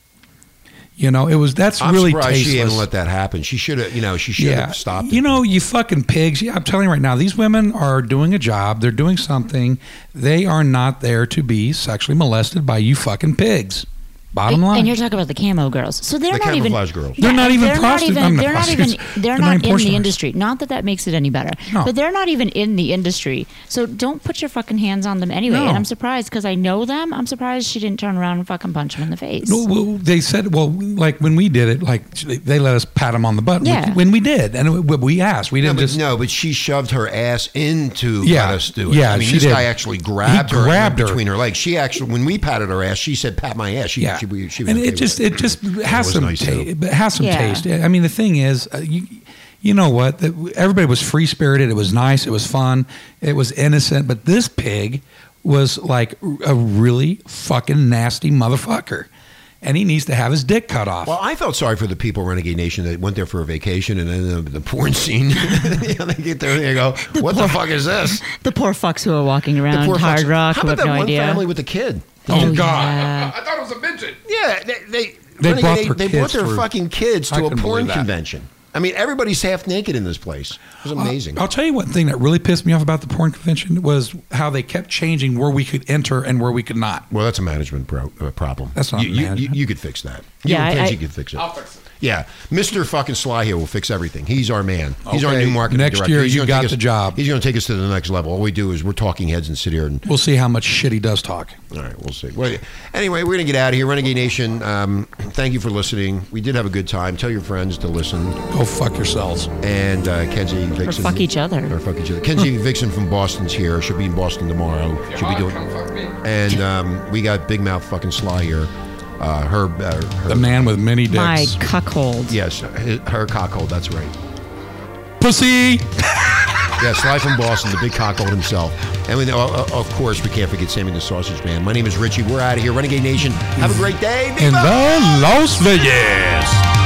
You know, it was that's
I'm
really
surprised
tasteless.
she didn't let that happen. She should have, you know, she should have stopped.
You
it.
know, you fucking pigs. Yeah, I'm telling you right now, these women are doing a job. They're doing something. They are not there to be sexually molested by you fucking pigs. Bottom line.
And you're talking about the camo girls. So they're
The
not even
camouflage girls. They're not even
they're
prostitutes.
Not
I'm
even,
not
they're not even.
prostitutes.
They're
They're
not
not
in the
importuners.
industry. Not that that makes it any better.
No.
But they're not even in the industry. So don't put your fucking hands on them anyway.
No.
And I'm surprised because I know them. I'm surprised she didn't turn around and fucking punch him in the face.
No, well, they said, well, like when we did it, like they let us pat him on the butt.
Yeah.
When we did, and we- we asked, we
No
didn't
but,
just.
no, but she shoved her ass into
Yeah,
let us do it.
yeah,
I mean,
she
this
did.
guy actually grabbed
He
her,
grabbed
in
her.
between her legs. She actually, when we patted her ass, she said, "Pat my ass." She,
yeah.
she, she, was
and
okay
it
with
just
(clears throat)
it just has
was
some
nice,
ta-
too.
but has some
Yeah.
taste. I mean, the thing is, uh, you you know what? That everybody was free spirited. It was nice. It was fun. It was innocent. But this pig was like a really fucking nasty motherfucker, and he needs to have his dick cut off.
Well, I felt sorry for the people, Renegade Nation, that went there for a vacation and then the, the porn scene. (laughs) you know, they get there and they go, "What the fuck is
(laughs)
this?"
The poor fucks who are walking
The
around
poor
hard
fucks.
rock
How
who
about
have
that
no
one
idea.
family with the kid?
Oh, God.
(laughs) I thought it was a midget.
Yeah, they they,
They
Renegade,
brought
they,
their
they brought
kids
their
for-
fucking kids
I
to a
couldn't
porn
believe that.
convention. I mean, everybody's half naked in this place. It was amazing.
Uh, I'll tell you one thing that really pissed me off about the porn convention was how they kept changing where we could enter and where we could not.
Well, that's a management pro- uh, problem.
That's not
you, you, you,
management.
you could fix that. You
Yeah,
and
I-
Kenzie
I-
could fix it.
I'll fix it.
Yeah, Mr. fucking Sly here will fix everything. He's our man. He's our
Okay,
new marketing
next
director.
year
He's
you
gonna
got
take us-
the job.
He's going to take us to the next level. All we do is we're talking heads and sit here and
We'll see how much shit he does talk.
All right, we'll see. Well, anyway, we're going to get out of here. Renegade Nation, um, thank you for listening. We did have a good time. Tell your friends to listen.
Go fuck yourselves.
And uh, Kenzie Vixen.
fuck each other.
Or fuck each other. Kenzie
(laughs)
Vixen from Boston's here. She'll be in Boston tomorrow. She'll be doing. And um, we got Big Mouth fucking Sly here. Uh, her, uh, her.
The man with many dicks.
My cuckold.
Yes, her her cockhold. That's right.
Pussy.
Yeah, Sly from Boston, the big cockhold himself. And we, uh, of course, we can't forget Sammy the Sausage Man. My name is Richie. We're out of here. Renegade Nation. Have a great day.
In the Las Vegas.